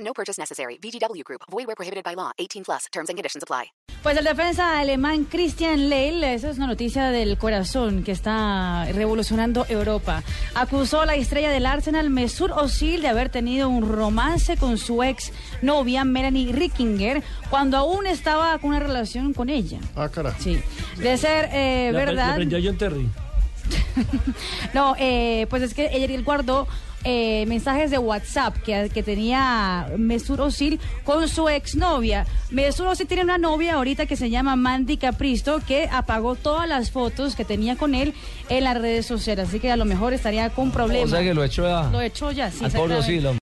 No purchase necessary. VGW Group. Void where prohibited by law. 18 plus. Terms and conditions apply. Pues el defensa alemán Christian Leil, esa es una noticia del corazón que está revolucionando Europa. Acusó a la estrella del Arsenal Mesut Özil de haber tenido un romance con su ex novia Melanie Rickinger cuando aún estaba con una relación con ella. Ah, cara. Sí. De ser eh, pues, Le apre- le verdad. aprendió a John Terry. No, eh, pues es que él guardó eh, mensajes de WhatsApp que, que tenía Mesut Özil con su exnovia. Mesut Özil tiene una novia ahorita que se llama Mandy Capristo que apagó todas las fotos que tenía con él en las redes sociales, así que a lo mejor estaría con problemas. O sea que lo echó a, Lo echó ya, sí. al pobre exactamente. Osilo.